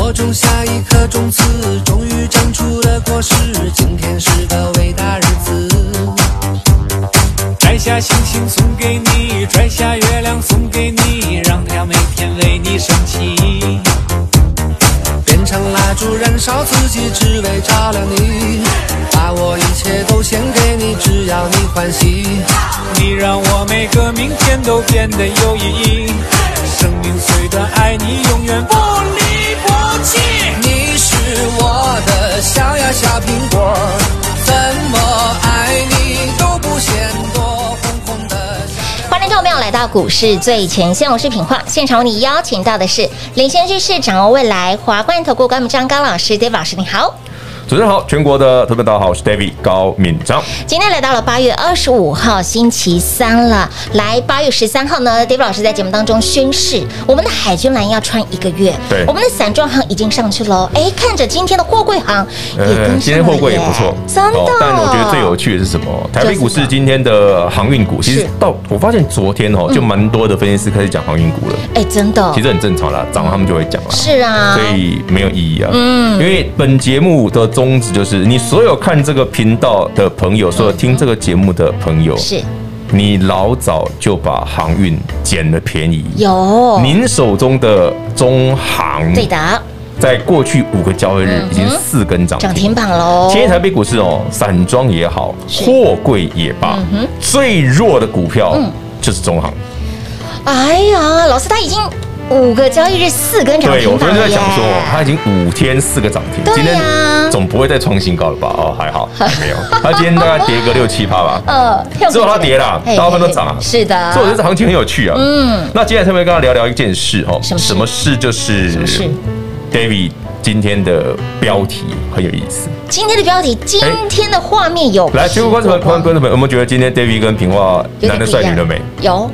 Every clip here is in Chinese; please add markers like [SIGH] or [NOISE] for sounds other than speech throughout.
我种下一颗种子，终于长出了果实。今天是个伟大日子，摘下星星送给你，摘下月亮送给你，让它每天为你升起。变成蜡烛燃烧自己，只为照亮你。把我一切都献给你，只要你欢喜。你让我每个明天都变得有意义。生命虽短，爱你永远不离不弃。你是我的小呀小苹果，怎么爱你都不嫌多。红红的小。欢迎各位朋友来到股市最前线，我是品化。现场为你邀请到的是领先趋势、掌握未来华冠投顾高敏章高老师，David 老师，你好。主持人好，全国的特别大家好，我是 David 高敏章。今天来到了八月二十五号星期三了，来八月十三号呢，David 老师在节目当中宣誓，我们的海军蓝要穿一个月，对我们的散装行已经上去喽。哎，看着今天的货柜行也跟上了耶、呃今天货柜也不错，真的、哦但我觉得最有趣的是什么？台北股就是市今天的航运股，其是实到我发现昨天哦，就蛮多的分析师开始讲航运股了，哎，真的其实很正常啦，涨了他们就会讲啦。是啊，所以没有意义啊。嗯嗯，因为本节目的宗旨就是，你所有看这个频道的朋友，所有听这个节目的朋友，是你老早就把航运捡了便宜。有您手中的中航，对的在过去五个交易日嗯哼已经四根涨涨停停。板喽。今天台北股市哦，散装也好，是货柜也罢嗯哼，嗯最弱的股票就是中航。哎呀，老师他已经五个交易日四根涨对，停我昨板天了在耶想说，它已经五天四个涨停对，呀今天总不会再创新高了吧？哦，[LAUGHS] 还好，还没有。它今天大概跌个六七趴吧。呃，只有它跌啦嘿大部分都涨啊是的，所以我觉得这行情很有趣啊。嗯，那接下来特别跟他聊聊一件事哦，什么事什么事就是么事 David 今天的标题很有意思。今天的标题，今天的画面有来，全国观众朋友们、观众朋友们，有没有觉得今天 David 跟平话有点男的不一帅，样女的美？有，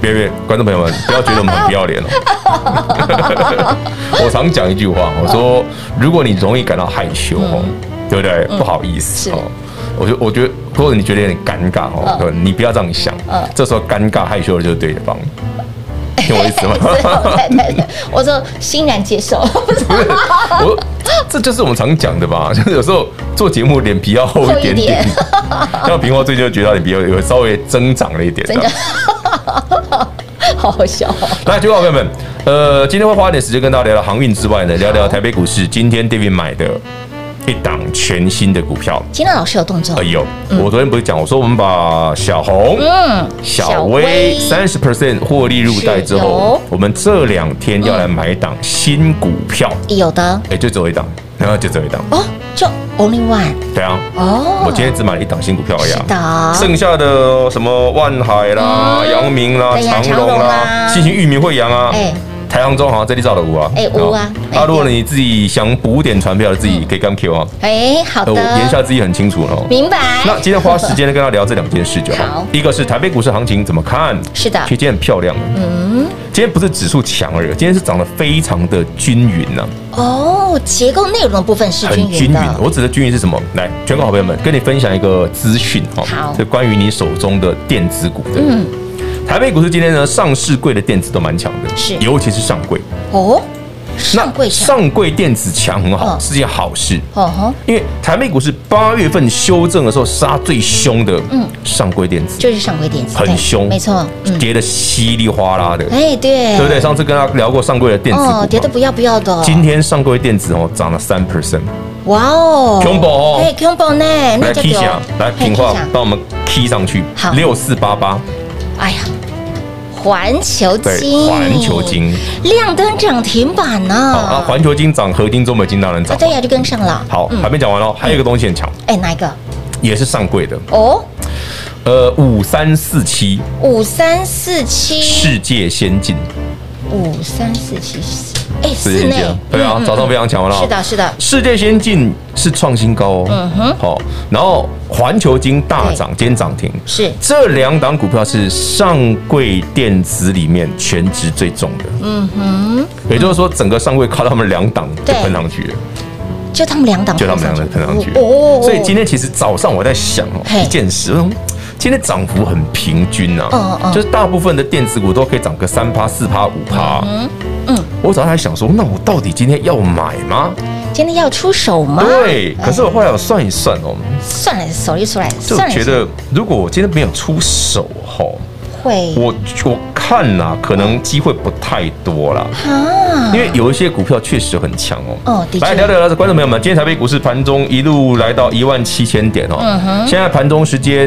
别别，观众朋 [LAUGHS] 友们，不要觉得我们很不要脸哦。 [LAUGHS] 我常讲一句话，我说如果你容易感到害羞哦，对不对？不好意思嗯是哦。我就我觉得，或者你觉得有点尴尬哦，对你不要这样想嗯。这时候尴尬害羞的就是对 [LAUGHS] 方，懂我意思对吗？对对，我说欣然接受， [LAUGHS] 我这就是我们常讲的吧，就是有时候做节目脸皮要厚一点厚一点点。 [LAUGHS] 像平花最近就觉得他脸皮有有稍微增长了一点，增长好好笑哦。来，各位朋友们，呃，今天会花一点时间跟大家聊聊航运之外呢，聊聊台北股市。今天 David 买的一档全新的股票，今天老师有动作哎，呦，我昨天不是讲，我说我们把小红、嗯，小微三十 percent 获利入袋之是哦有后，我们这两天要来买一档新股票，有的哎，就只有一档，然后就只有一档，哦，就 only one 对啊。哦，我今天只买了一档新股票而已是啊，的，剩下的什么万海啦、嗯阳明啦、对呀长长隆荣啦啦、新兴域名惠阳啊哎，台航中航这里找的股啊，哎有啊哎那如果你自己想补点船票，自己可以跟 Q 啊，哎，好呃我言下的，之意很清楚哦。明白。那今天花时间跟他聊这两件事就好好，一个是台北股市行情怎么看，是的其实今天很漂亮，嗯，今天不是指数强而已，今天是涨得非常的均匀啊呐、哦，结构内容的部分是很均均匀匀的。。我指的均匀是什么？来，全国好朋友们，跟你分享一个资讯哦好这关于你手中的电子股的。嗯台北股市今天呢，上市柜的电子都蛮强的，是尤其是上柜。哦，那上柜上，上柜电子强很好，嗯是件好事。哦吼，因为台北股市八月份修正的时候杀最凶的，嗯上柜电子就是上柜电子，很对凶，没错，嗯，跌得稀里哗啦的，哎，对，对不对？？上次跟他聊过上柜的电子股哦嘛，，跌得不要不要的，今天上柜电子哦涨了三 percent，哇哦 Combo 哦哎，combo 呢，那哎来就 K 有下，来嘿平话 Kisha 帮我们 K 上去好，六四八八，哎呀，环球金，对，环球金，亮灯涨停板呢，好啊，环球金涨，合金、中美金当然啊涨。对呀，嗯就跟上了，好，还没讲完哦，还有一个东西很强，哎，哪一个？也是上柜的，哦，呃，五三四七五三四七，世界先进，五三四七，哎，世四界先内嗯进啊，，对啊，早上非常强了。是的，是的，世界先进是创新高哦，嗯哼，好，然后环球金大涨，今天涨停，是这两档股票是上柜电子里面全值最重的，嗯哼，也就是说整个上柜靠他们两档就对喷上去了，就他们两档就碰他上们去，两档喷上去了，哦所以今天其实早上我在想哦嘿一件事，我想今天涨幅很平均呐、嗯嗯就是大部分的电子股都可以涨个三趴、四趴、五趴，嗯，我早上还想说，那我到底今天要买吗？今天要出手吗？对，可是我哎后来我算一算哦，算了，手一出来，就算了，觉得如果我今天没有出手哦吼，会我我看啦，可能机会不太多啦。啊，因为有一些股票确实很强哦。哦的确来聊聊聊，观众朋友们，今天台北股市盘中一路来到一万七千点哦。嗯现在盘中时间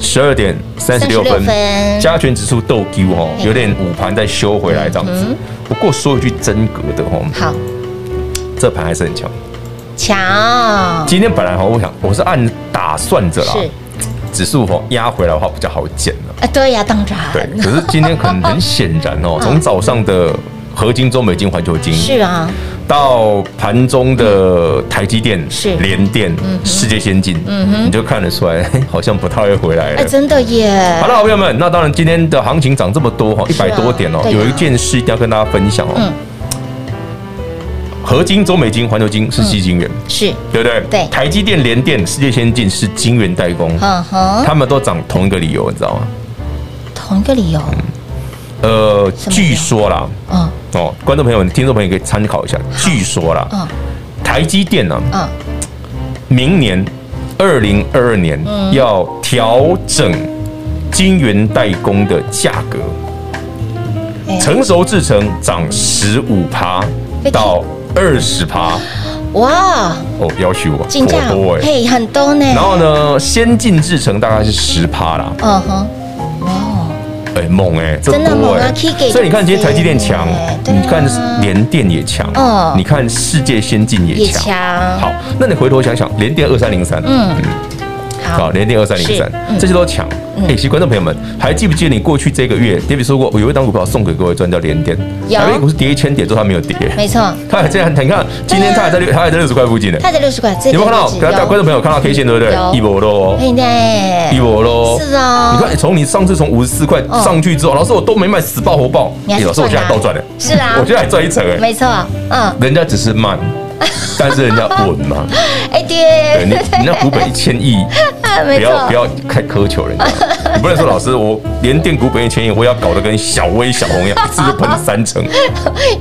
十二点三十六分36分，加权指数斗 Q 哦，嘿嗯有点午盘再修回来这样子。不过说一句真格的哦，好这盘还是很强。强，今天本来哈，哦我想我是按打算着啦，是指数哦压回来的话比较好减了。啊，对呀，当然， [LAUGHS] 对，可是今天可能很显然哦，从早上的合金、中美金、环球金，嗯是啊，到盘中的台积电、是嗯联电、世界先进，你就看得出来， [LAUGHS] 嘿好像不太会回来哎，了。真的耶好，了，好朋友们，那当然今天的行情涨这么多哈，一是啊百多点哦，对啊有一件事一定要跟大家分享嗯哦。合金、中美金、环球金是吸金源，是，对不对？嗯对台积电、联电、世界先进是金源代工，嗯哼，他们都涨同一个理由，你知道吗？同一个理由，呃，什么理由据说啦，嗯哦，观众朋友、听众朋友可以参考一下。据说啦，嗯台积电呢、嗯，明年二零二二年嗯要调整晶圆代工的价格，哎成熟制程涨十五趴被到二十趴，哇，哦，要求啊，竞价颇多哎。嘿很多呢，然后呢，先进制程大概是十趴啦，嗯哼，哇哦，哎，猛哎，这真的多猛啊哎，key 给所以你看今天台积电强哎，对啊你看联电也强嗯，你看世界先进也也强。强，好，那你回头想想，联电二三零三，嗯好，好，连跌二三零是嗯三，这些都强。哎、其实观众朋友们，还记不记得你过去这个月，David 说过，我有一档股票送给各位赚叫连跌，有台北股市跌一千点之后它没有跌，没错，它还这样，你看今天它还在六，它还在六十块附近呢。它在六十块，这有没个有看到？位置大家有观众朋友看到 K 线对不有对？一波喽，嘿呢，一波喽。是啊你看哎从你上次从五十四块嗯上去之后，老师我都没卖，死爆活爆。你还是哎老师我现在赚啊倒赚了，是啊我现在还赚一层哎，没错，嗯，人家只是慢，但是人家稳 [LAUGHS] 嘛。哎对你爹，，你那股本一千亿， [LAUGHS] 没不要错，不要太苛求人家，你不能说老师我连电股本一千亿，我也要搞得跟小薇、小红一样，一次就喷三 [LAUGHS] 成。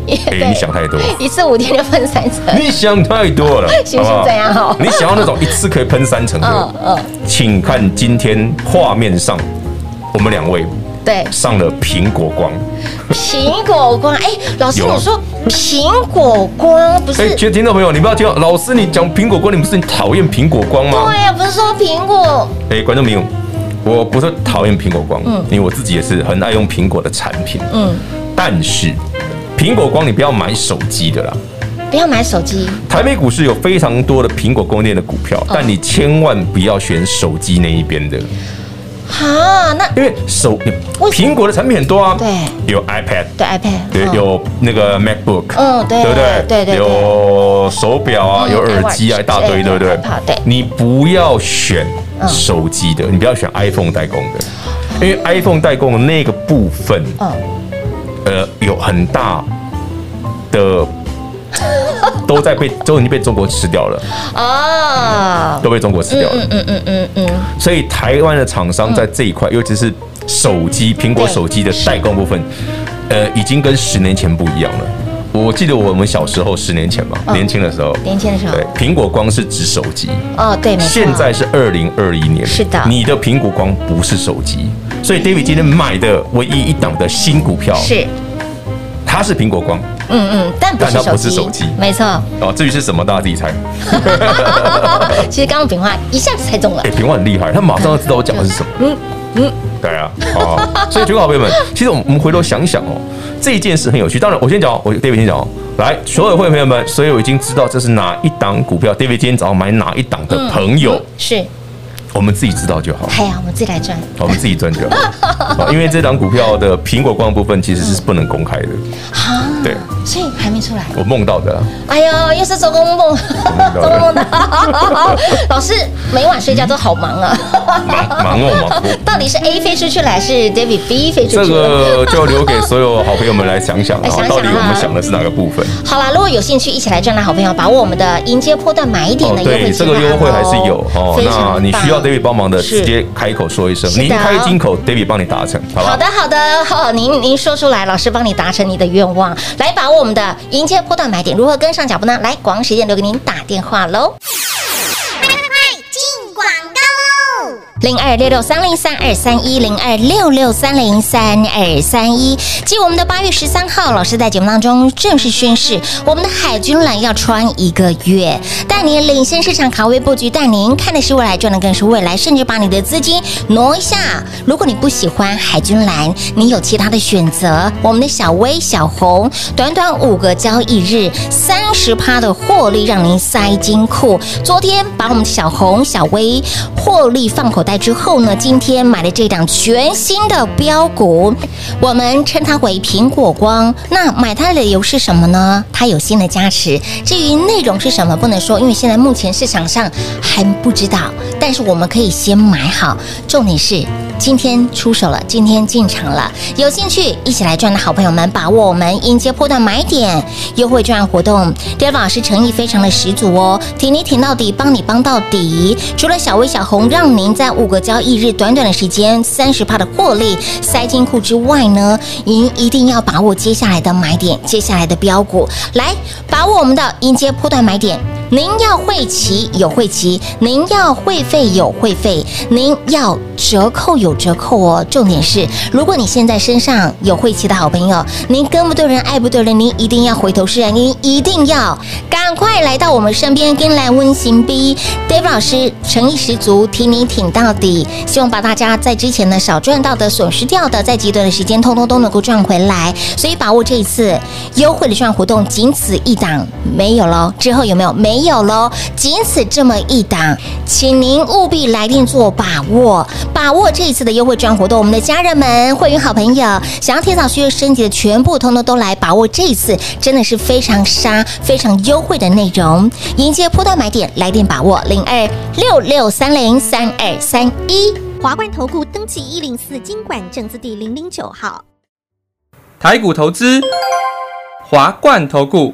哎，你想太多，一次五天就分三 [LAUGHS] 层，你想太多了， [LAUGHS] 行不行好不好这样好 [LAUGHS] 你想要那种一次可以喷三成嗯的，嗯，请看今天画面上我们两位对，上了苹果光，苹果光，哎，老师有啊你说苹果光不哎，是？觉得听众朋友，你不要听到老师你讲苹果光，你不是很讨厌苹果光吗对？呀，不是说苹果哎、观众朋友，我不是讨厌苹果光，嗯因为我自己也是很爱用苹果的产品，嗯，但是苹果光你不要买手机的啦。不要买手机，台北股市有非常多的苹果供应链的股票，嗯但你千万不要选手机那一边的，哈，那因为手为什么苹果的产品很多啊，对有 iPad，对 iPad，对，嗯有那个 MacBook，嗯对对不对？对对对有手表啊，嗯有耳机啊， iWatch，一大堆，对对不对，iPod，对？嗯你不要选手机的，你不要选 iPhone 代工的，因为 iPhone 代工的那个部分，嗯，呃，有很大的都在被都已经被中国吃掉了，哦，都被中国吃掉了。嗯嗯嗯嗯嗯，所以台湾的厂商在这一块，尤其是手机、苹果对手机的代工部分，呃，已经跟十年前不一样了。我记得我们小时候，十年前嘛，嗯年轻的时候，年轻的时候对，苹果光是指手机，哦对，没错，现在是二零二一年，是的你的苹果光不是手机，所以 David 今天买的唯一一档的新股票，是，它是苹果光嗯嗯，但不是但它手不是机，手机没错。 [LAUGHS] 哦，至于是什么，大家自己猜。其实刚刚平话一下子猜中了哎、，平万很厉害，他马上就知道我讲的是什么。嗯嗯，对啊，哦， [LAUGHS] 所以全国好朋友们，其实我们我们回头想想哦，这一件事很有趣。当然，我先讲哦，我 David 先讲哦。来，所有会员朋友们，所以我已经知道这是哪一档股票，David 今天早上买哪一档的朋友，嗯是我们自己知道就好。哎呀，我们自己来赚。我们自己赚就好，哦好因为这档股票的苹果光部分其实是不能公开的，好，对，所以还没出来。我梦到的啦，啊哎呦，又是做公 [LAUGHS] 梦，做公梦的。 [LAUGHS] 老师每晚睡觉都好忙啊， [LAUGHS] 忙忙哦忙哦。到底是 A 飞出去了，还是 David B 飞出这去了？个就留给所有好朋友们来想想来啊想，想到底我啊们想的是哪个部分？好啦，如果有兴趣一起来赚的好朋友，把握我们的迎接波段买一点的优惠哦对，计这划个优惠还是咯有哦。非常那棒你需要 David 帮忙的，是直接开口说一声，是的您开金口，David 帮你达成，好好吧的，？好的，好，您您说出来，老师帮你达成你的愿望，来把握我们的迎接波段买点，如何跟上脚步呢？来，广告时间留给您打电话喽。零二六六三零三二三一零二六六三零三二三一，继我们的八月十三号，老师在节目当中正式宣誓，我们的海军蓝要穿一个月，带您领先市场卡位布局，带您看的是未来，赚的更是未来，甚至把你的资金挪一下。如果你不喜欢海军蓝，你有其他的选择，我们的小微、小红，短短五个交易日，三十趴的获利让您塞金库。昨天把我们的小红、小微获利放口袋之后呢，今天买了这档全新的标股，我们称它为苹果光。那买它的理由是什么呢？它有新的加持。至于内容是什么，不能说，因为现在目前市场上还不知道。但是我们可以先买好，重点是今天出手了，今天进场了。有兴趣一起来赚的好朋友们，把握我们迎接波段买点优惠券活动。第二老师诚意非常的十足哦，挺你挺到底，帮你帮到底。除了小微小红，让您在五个交易日短短的时间三十帕的获利塞金库之外呢，您一定要把握接下来的买点，接下来的标股，来把握我们的迎接波段买点。您要会骑有会骑，您要会费有会费，您要折扣有折扣哦。重点是，如果你现在身上有会骑的好朋友，您跟不对人，爱不对人，您一定要回头是岸，您一定要赶快来到我们身边，跟来温馨 B Dave 老师诚意十足，挺你挺到底，希望把大家在之前呢少赚到的、损失掉的，在极短的时间通通都能够赚回来。所以把握这一次优惠的券活动，仅此一档，没有喽。之后有没有？没有喽，仅此这么一档，请您务必来电做把握，把握这一次的优惠券活动。我们的家人们、会员好朋友，想要提早学升级的，全部通通都来把握这一次，真的是非常杀、非常优惠的内容。迎接波段买点，来电把握零二六六三零三二三一。华冠投顾登记一零四经管证字第零零九号。台股投资，华冠投顾。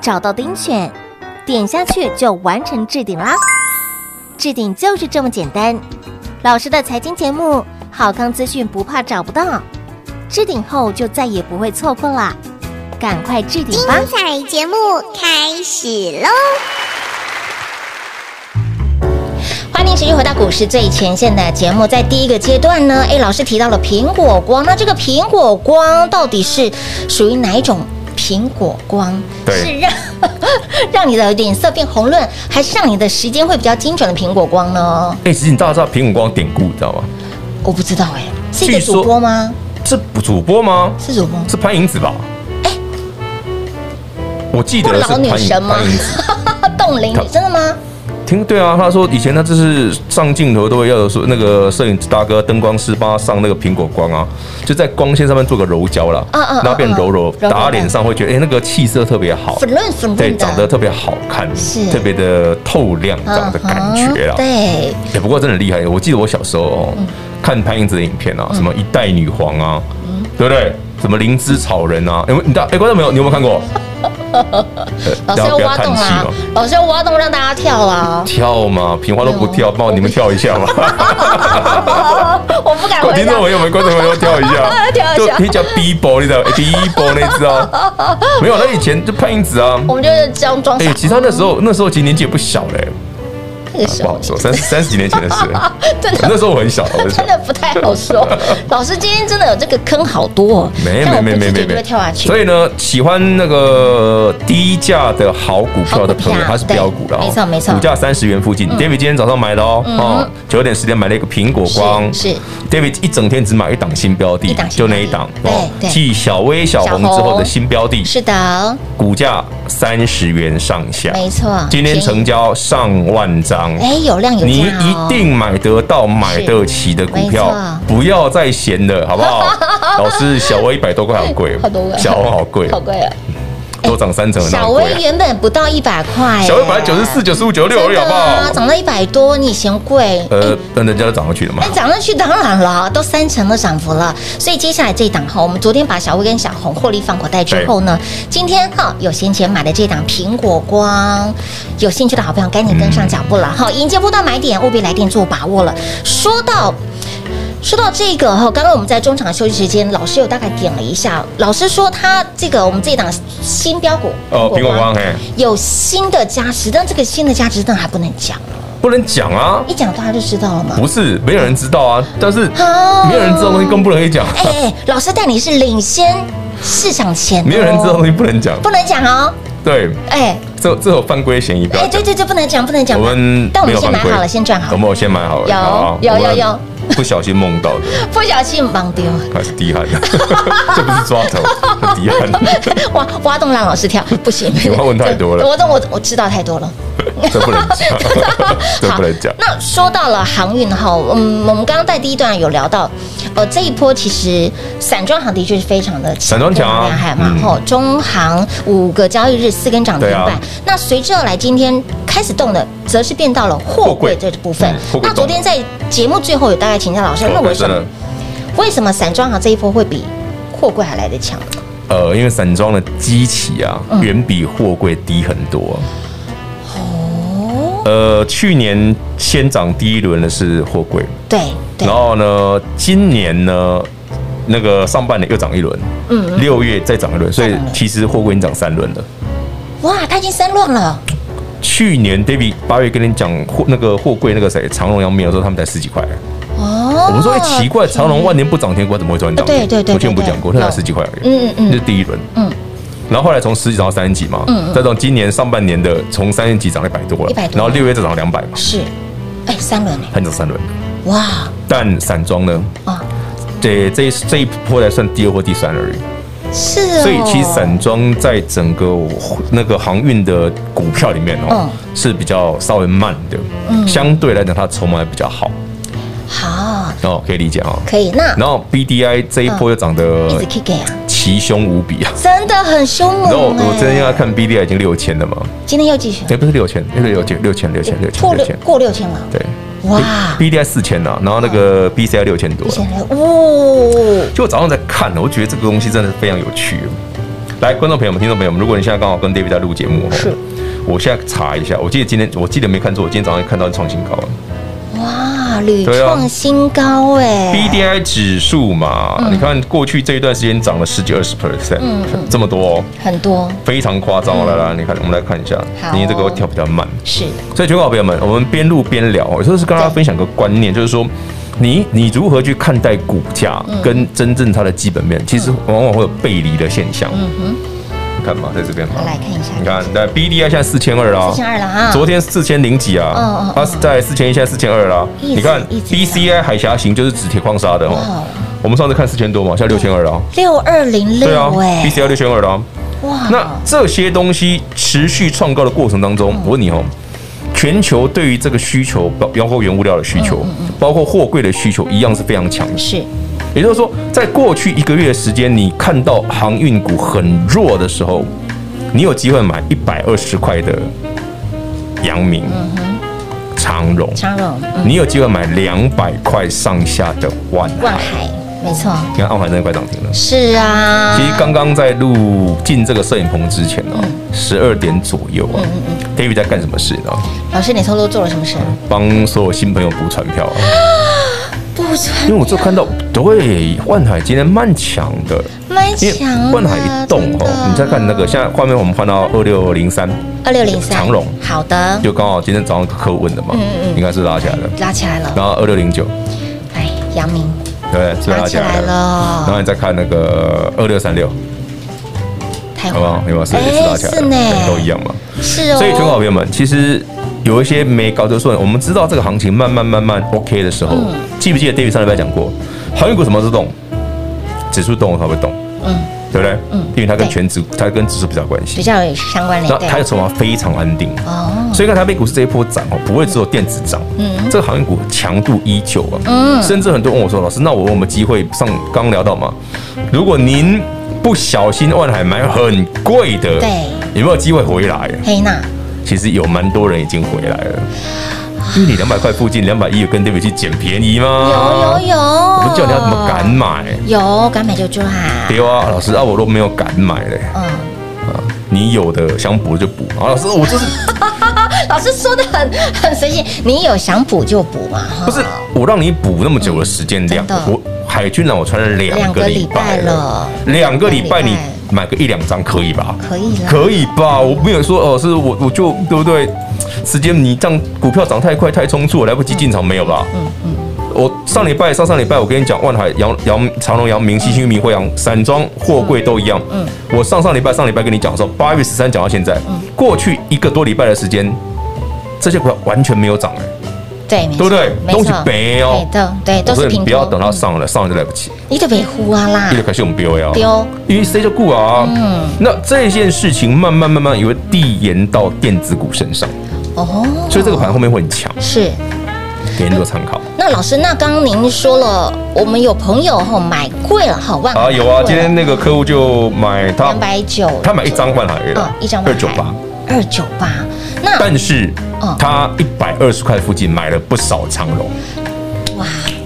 找到钉选，点下去就完成置顶啦。置顶就是这么简单。老师的财经节目，好康资讯不怕找不到，置顶后就再也不会错过啦。赶快置顶吧！彩节目开始喽！欢迎持续回到股市最前线的节目，在第一个阶段呢，哎，老师提到了苹果光，那这个苹果光到底是属于哪一种苹果光？对是让 [LAUGHS] 让你的脸色变红润，还是让你的时间会比较精准的苹果光呢？哎，其实你大家知道苹果光典故，你知道吗？我不知道哎、是一个据说主播吗？是主播吗？是主播，是潘迎紫吧？我记得是不老潘女迎神吗潘迎紫，冻龄他，真的吗？听对啊，他说以前他就是上镜头都会要有说那个摄影大哥灯光师帮他上那个苹果光啊，就在光线上面做个柔焦啦，嗯嗯然后变柔柔，嗯嗯打到脸上会觉得哎、那个气色特别好，粉润粉哦对，润长得特别好看，嗯是特别的透亮这样的感觉啦嗯哼。对，嗯哎，不过真的厉害，我记得我小时候哦，看潘英子的影片啊，什么一代女皇啊，嗯对不对？什么灵芝草人啊，哎，你大哎，观众朋友，你有没有看 [LAUGHS] 过？老不师要要不要挖洞啊叹气啦哦，。老师要挖洞让大家跳啊啦 [LAUGHS] 跳嘛，平花都不跳，帮我你们跳一下嘛。 [LAUGHS] 我不敢 [LAUGHS] 回观听众答。朋友们，观众朋友跳一下， [LAUGHS] 跳一就下可以叫 B boy，你知道？B 哎 boy 那知道？ [LAUGHS] 没有，那以前就潘英子啊。我们就是装装哎，傻，其实他那时候那时候其实年纪也不小嘞，这个时不候好说，三三十几年前 [LAUGHS] 的事，真的那时候我很小，我很小真。的不太好 [LAUGHS] 说。老师今天真的有这个坑好多、哦，没让没我没不没自没觉就没会跳下去。所以呢，喜欢那个低价的好股票的朋好股友，票它是标股了哦，对没错没错嗯股价三十元附近。David 今天早上买的哦，哦，九点十点买了一个苹果光，是是 David 一整天只买一档新标一的档，新标就的那一档哦对对继小微小红之后的新标的，是的，哦股价三十元上下，没错。今天成交上万张，便宜，哎，有量有价、哦，你一定买得到、买得起的股票没，不要再闲了，好 [LAUGHS] 不好？老师，小微一百多块好贵，好多贵小红好贵，好贵啊！多涨三成很小好贵薇啊。原本不到一百块，小微本来九十四、，九十五、九十六啊真而已，的好不啊，好？涨到一百多，你嫌贵？呃，但人家都涨上去了嘛哎，。涨上去当然了，都三成的涨幅了。所以接下来这一档哈，我们昨天把小薇跟小红获利放口袋之后呢，今天哈有闲钱买的这档苹果光，有兴趣的好朋友赶紧跟上脚步了嗯哈，迎接波段买点，务必来电做把握了。说到。说到这个哈，刚刚我们在中场休息时间，老师有大概点了一下，老师说他这个我们这档新标股哦，苹果光嘿，有新的价值，但这个新的价值但还不能讲，不能讲啊，一讲大家就知道了嘛。不是没有人知道啊，但是哦没有人知道的东西更不能讲，哎、哎老师带你是领先市场前、哦，没有人知道的东西不能讲。不能讲哦。对，哎、这这有犯规嫌疑，不哎、要对讲。对对，不能讲，不能讲。我们但我们没有先犯买规好了，先赚好我，们有先买好了，有好有有我们有 [LAUGHS] 不小心梦到的。不小心忘丢。还是低汗， [LAUGHS] 这不是抓头，是低汗， [LAUGHS] 挖挖洞让老师跳，不行。 [LAUGHS] 你挖问太多了我懂，我我知道太多了。这不能讲，这好不能讲。那说到了航运哈，嗯，我们刚刚在第一段有聊到，呃，这一波其实散装行的确是非常的散装强啊非常厉害嘛，嗯吼、中航五个交易日四根涨停板。对啊那随之而来，今天开始动的，则是变到了货货柜柜这部分。嗯货柜哦那昨天在节目最后有大概请教老师，那为什么真的为什么散装行这一波会比货柜还来得强？呃，因为散装的机器啊，嗯远比货柜低很多。哦，呃，去年先涨第一轮的是货柜，对对然，后呢，今年呢，那个上半年又涨一轮，嗯，六月再涨一轮，所以再涨一轮其实货柜已经涨三轮了。哇，它已经三乱了，去年 David 八月跟你讲货那个货柜那个谁长荣、阳明的时候，他们才十几块。哦，我们说哎奇怪，长隆万年不涨停，股怎么会突然涨停？啊对对对对我之前不讲过，对那才十几块而已。嗯嗯嗯这是第一轮。嗯。然后后来从十几涨到三十几嘛，再到今年上半年的从三十几涨到一百多了， 100多然后六月再涨到两百嘛，是，哎、三轮哎，还涨三轮。哇，但散装呢？啊这这一这一波才算第二或第三而已。是哦，所以其实散装在整个那个航运的股票里面嗯哦，是比较稍微慢的，相对来讲它筹码也比较好好哦，可以理解哦。可以，那然后 BDI 这一波又涨一得直 K K 啊，奇凶无比啊！真的很凶猛、然哎。后我我真的要看 BDI 已经六千了嘛？今天又继续哎，不是六千，哎六千六千六千六破千六六千，过六千了，对，哇， ，BDI 四千呐，然后那个 BCI 六千多一了千。六，哦，就我早上在看，我觉得这个东西真的非常有趣哦。来，观众朋友们、听众朋友们，如果你现在刚好跟 David 在录节目，是，我现在查一下，我记得今天我记得没看错，我今天早上看到创新高啊了。哇，屡对啊创新高哎、 BDI 指数嘛，嗯你看过去这一段时间涨了十几二十 percent，这么多、哦，很多非常夸张哦。来来，你看，我们来看一下嗯好，哦你这个跳比较慢。是所以，全国好朋友们，我们边录边聊，哦，就是跟大家分享个观念，就是说，你你如何去看待股价跟真正它的基本面，其实往往会有背离的现象。嗯哼，看嘛，在这边嘛好，来看一下你看，那 BDI 现在四千二啦，嗯四千二了啊，昨天四千零几嗯嗯啊，它在四千一，现在四千二啦。一直你看一直 BCI 海峡型就是指铁矿砂的哇哦，我们上次看四千多嘛，现在六千二了哦。六二零对啊六哎， ，BCI 六千二了哦。哇那这些东西持续创高的过程当中，嗯我问你哦，全球对于这个需求，包包括原物料的需嗯求，包括货柜的需求，一样是非常强的。是也就是说，在过去一个月的时间，你看到航运股很弱的时候，你有机会买一百二十块的阳明、长荣，嗯长荣、嗯你有机会买两百块上下的万万海。海，没错，你看，万海真的快涨停了。是啊，其实刚刚在录进这个摄影棚之前呢、啊，嗯十二点左右啊，David 在干什么事呢？老师，你偷偷做了什么事？帮所有新朋友补船票啊，不因为我就看到，对，万海今天蛮强的，蛮因强啊为万海一动哦，你再看那个，现在画面我们换到二六零三，二六零三长荣好的，就刚好今天早上客户问的嗯嘛，应该是拉起来了，拉起来了，然后二六零九，哎，杨明对不对？是拉起来然后了，你再看那个二六三六，太好不好？有没有？是也是拉起来哎是呢了，都一样嘛。是哦，所以，全国好朋友们，其实有一些没搞就算，我们知道这个行情慢慢慢慢 OK 的时候，嗯记不记得 David 上礼拜讲过，航运股什么时候动？指数动了它会动，嗯，对不对？嗯因为它跟对全指，它跟指数比较有关比系。较有相关那联，对它的筹码非常安定，哦，所以看台北股市这一波涨哦，不会只有电子涨，这个航运股强度依旧啊。嗯甚至很多人问我说：“老师，那我有没有机会上？”刚聊到嘛，如果您不小心万海买很贵的，对有没有机会回来？啊黑娜其实有蛮多人已经回来了，因为你两百块附近，两百一有跟对比去捡便宜吗？有有有，啊我我不叫你要怎么敢？买？有敢买就赚，对啊，老师啊，我都没有敢买嘞。嗯。你有的想补就补啊，老师，我这是 [LAUGHS] 老师说的很很随性，你有想补就补嘛，哈不是我让你补那么久的时间量真？的我海军让我穿了两个礼拜了，两个礼拜你买个一两张可以吧？可以啦，可以吧？我没有说哦，是我我就对不对？时间你这样股票涨太快太冲促，我来不及进场没有吧？嗯嗯。我上礼拜、上上礼拜，我跟你讲，万海、阳阳、长隆、阳明、新兴、明辉、阳、散装、货柜都一样。嗯。我上上礼拜、上礼拜跟你讲的时候，八月十三讲到现在，嗯过去一个多礼拜的时间，这些股票完全没有涨哎、对，没对错不对没东错西没哦有对的，对，都所是以平不要等它上了，上了就来不及，你就别呼啊啦一，直可惜我们 B O L。丢因为谁就顾啊？嗯那这件事情慢慢慢慢也会递延到电子股身上，哦，所以这个盘后面会很强，是。给你做参考那老师，那刚刚您说了，我们有朋友哈买贵了哈，万啊。有啊，今天那个客户就买他两，百九，他买一张万海嗯了，一张二九八，二九八，那 [LAUGHS] 但是嗯他一百二十块附近买了不少长荣，哇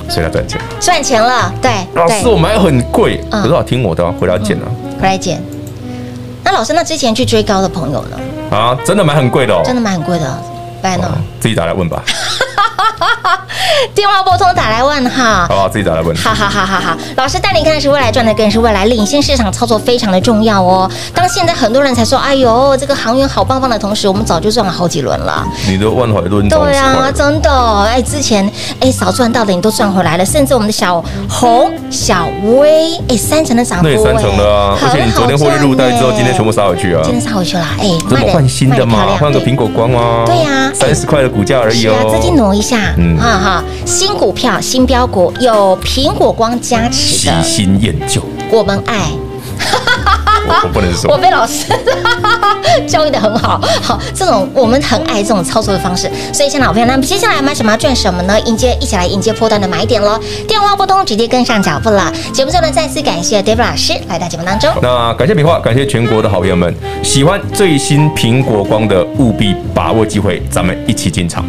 所以他赚钱。赚钱了，对老对师，，我买很贵，嗯可是好听我的啊，回来见回来捡。那老师，那之前去追高的朋友呢，啊啊，真的买很贵的哦，嗯真的蛮贵的，拜哦呢。自己打来问吧，电话拨通打来问哈。好不好？自己打来问。好好好好好，老师带你看的是未来赚的，更是未来领先市场操作非常的重要哦。当现在很多人才说，哎呦，这个航运好棒棒的同时，我们早就赚了好几轮了。你的万海论涨对十块啊，，真的哦，哎，之前哎少赚到的你都赚回来了，甚至我们的小红、小薇，哎，三成的涨幅，那也三成了啊哎，而且你昨天获利入袋之后，今天全部。杀回去啊很好赚耶。今天杀回去了，哎，怎么卖得换新的卖得漂嘛？亮换个对苹果光啊，对呀三十块的股价而已是啊，哦。资金挪一下，嗯哈哈，新股票、新标股有苹果光加持喜的，新厌 [LAUGHS] 旧，我们爱。我我不能我说。被老师 [LAUGHS] 教育的很好，好，这种我们很爱这种操作的方式。所以，亲爱的好朋友，那么接下来买什么赚什么呢？迎接一起来迎接波段的买点喽！电话拨通，直接跟上脚步了。节目最后呢，再次感谢 David 老师来到节目当中。那感谢平话，感谢全国的好朋友们，喜欢最新苹果光的，务必把握机会，咱们一起进场。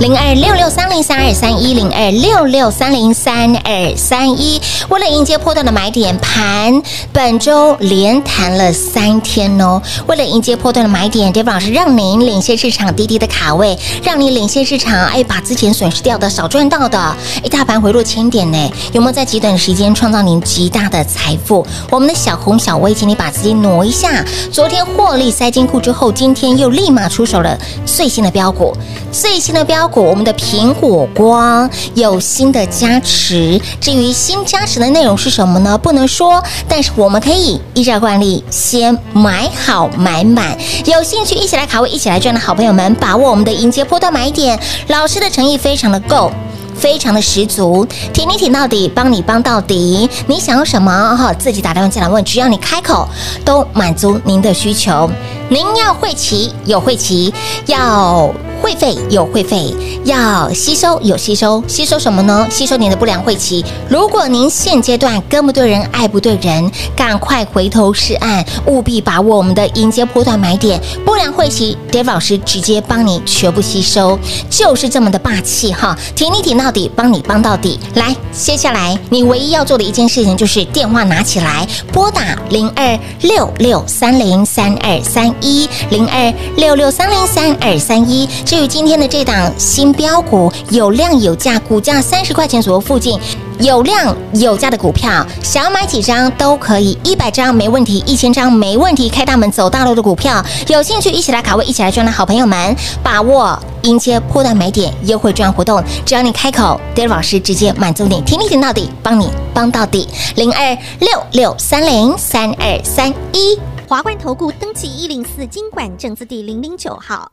零二六六三零三二三一零二六六三零三二三一。为了迎接波段的买点盘，本周连弹了三天哦。为了迎接波段的买点，David 老师让您领先市场低低的卡位，让你领先市场，哎，把之前损失掉的、少赚到的，一大盘回落千点呢，有没有在极短时间创造您极大的财富？我们的小红、小薇，请你把资金挪一下。昨天获利塞金库之后，今天又立马出手了最新的标股，最新的标股，我们的苹果光有新的加持。至于新加持的内容是什么呢？不能说，但是我们可以依照惯例先买好买满。有兴趣一起来卡位、一起来赚的好朋友们，把握我们的迎接波段买点。老师的诚意非常的够。非常的十足，挺你挺到底，帮你帮到底。你想要什么哈，自己打电话进来问，只要你开口，都满足您的需求。您要会骑有会骑，要会费有会费，要吸收有吸收，吸收什么呢？吸收您的不良晦气。如果您现阶段跟不对人，爱不对人，赶快回头是岸，务必把握我们的迎接波段买点。不良晦气，Dave 老师直接帮你全部吸收，就是这么的霸气哈！挺你挺到底，帮你帮到底。来，接下来你唯一要做的一件事情就是电话拿起来，拨打零二六六三零三二三一零二六六三零三二三一。至于今天的这档新标股，有量有价，股价三十块钱左右附近。有量有价的股票，想要买几张都可以，一百张没问题，一千张没问题，开大门走大路的股票，有兴趣一起来卡位，一起来赚的好朋友们，把握迎接破段买点优惠券活动，只要你开口，Dave 老师直接满足你，听你听到底，帮你帮到底，零二六六三零三二三一。华冠投顾登记一零四经管证字第零零九号。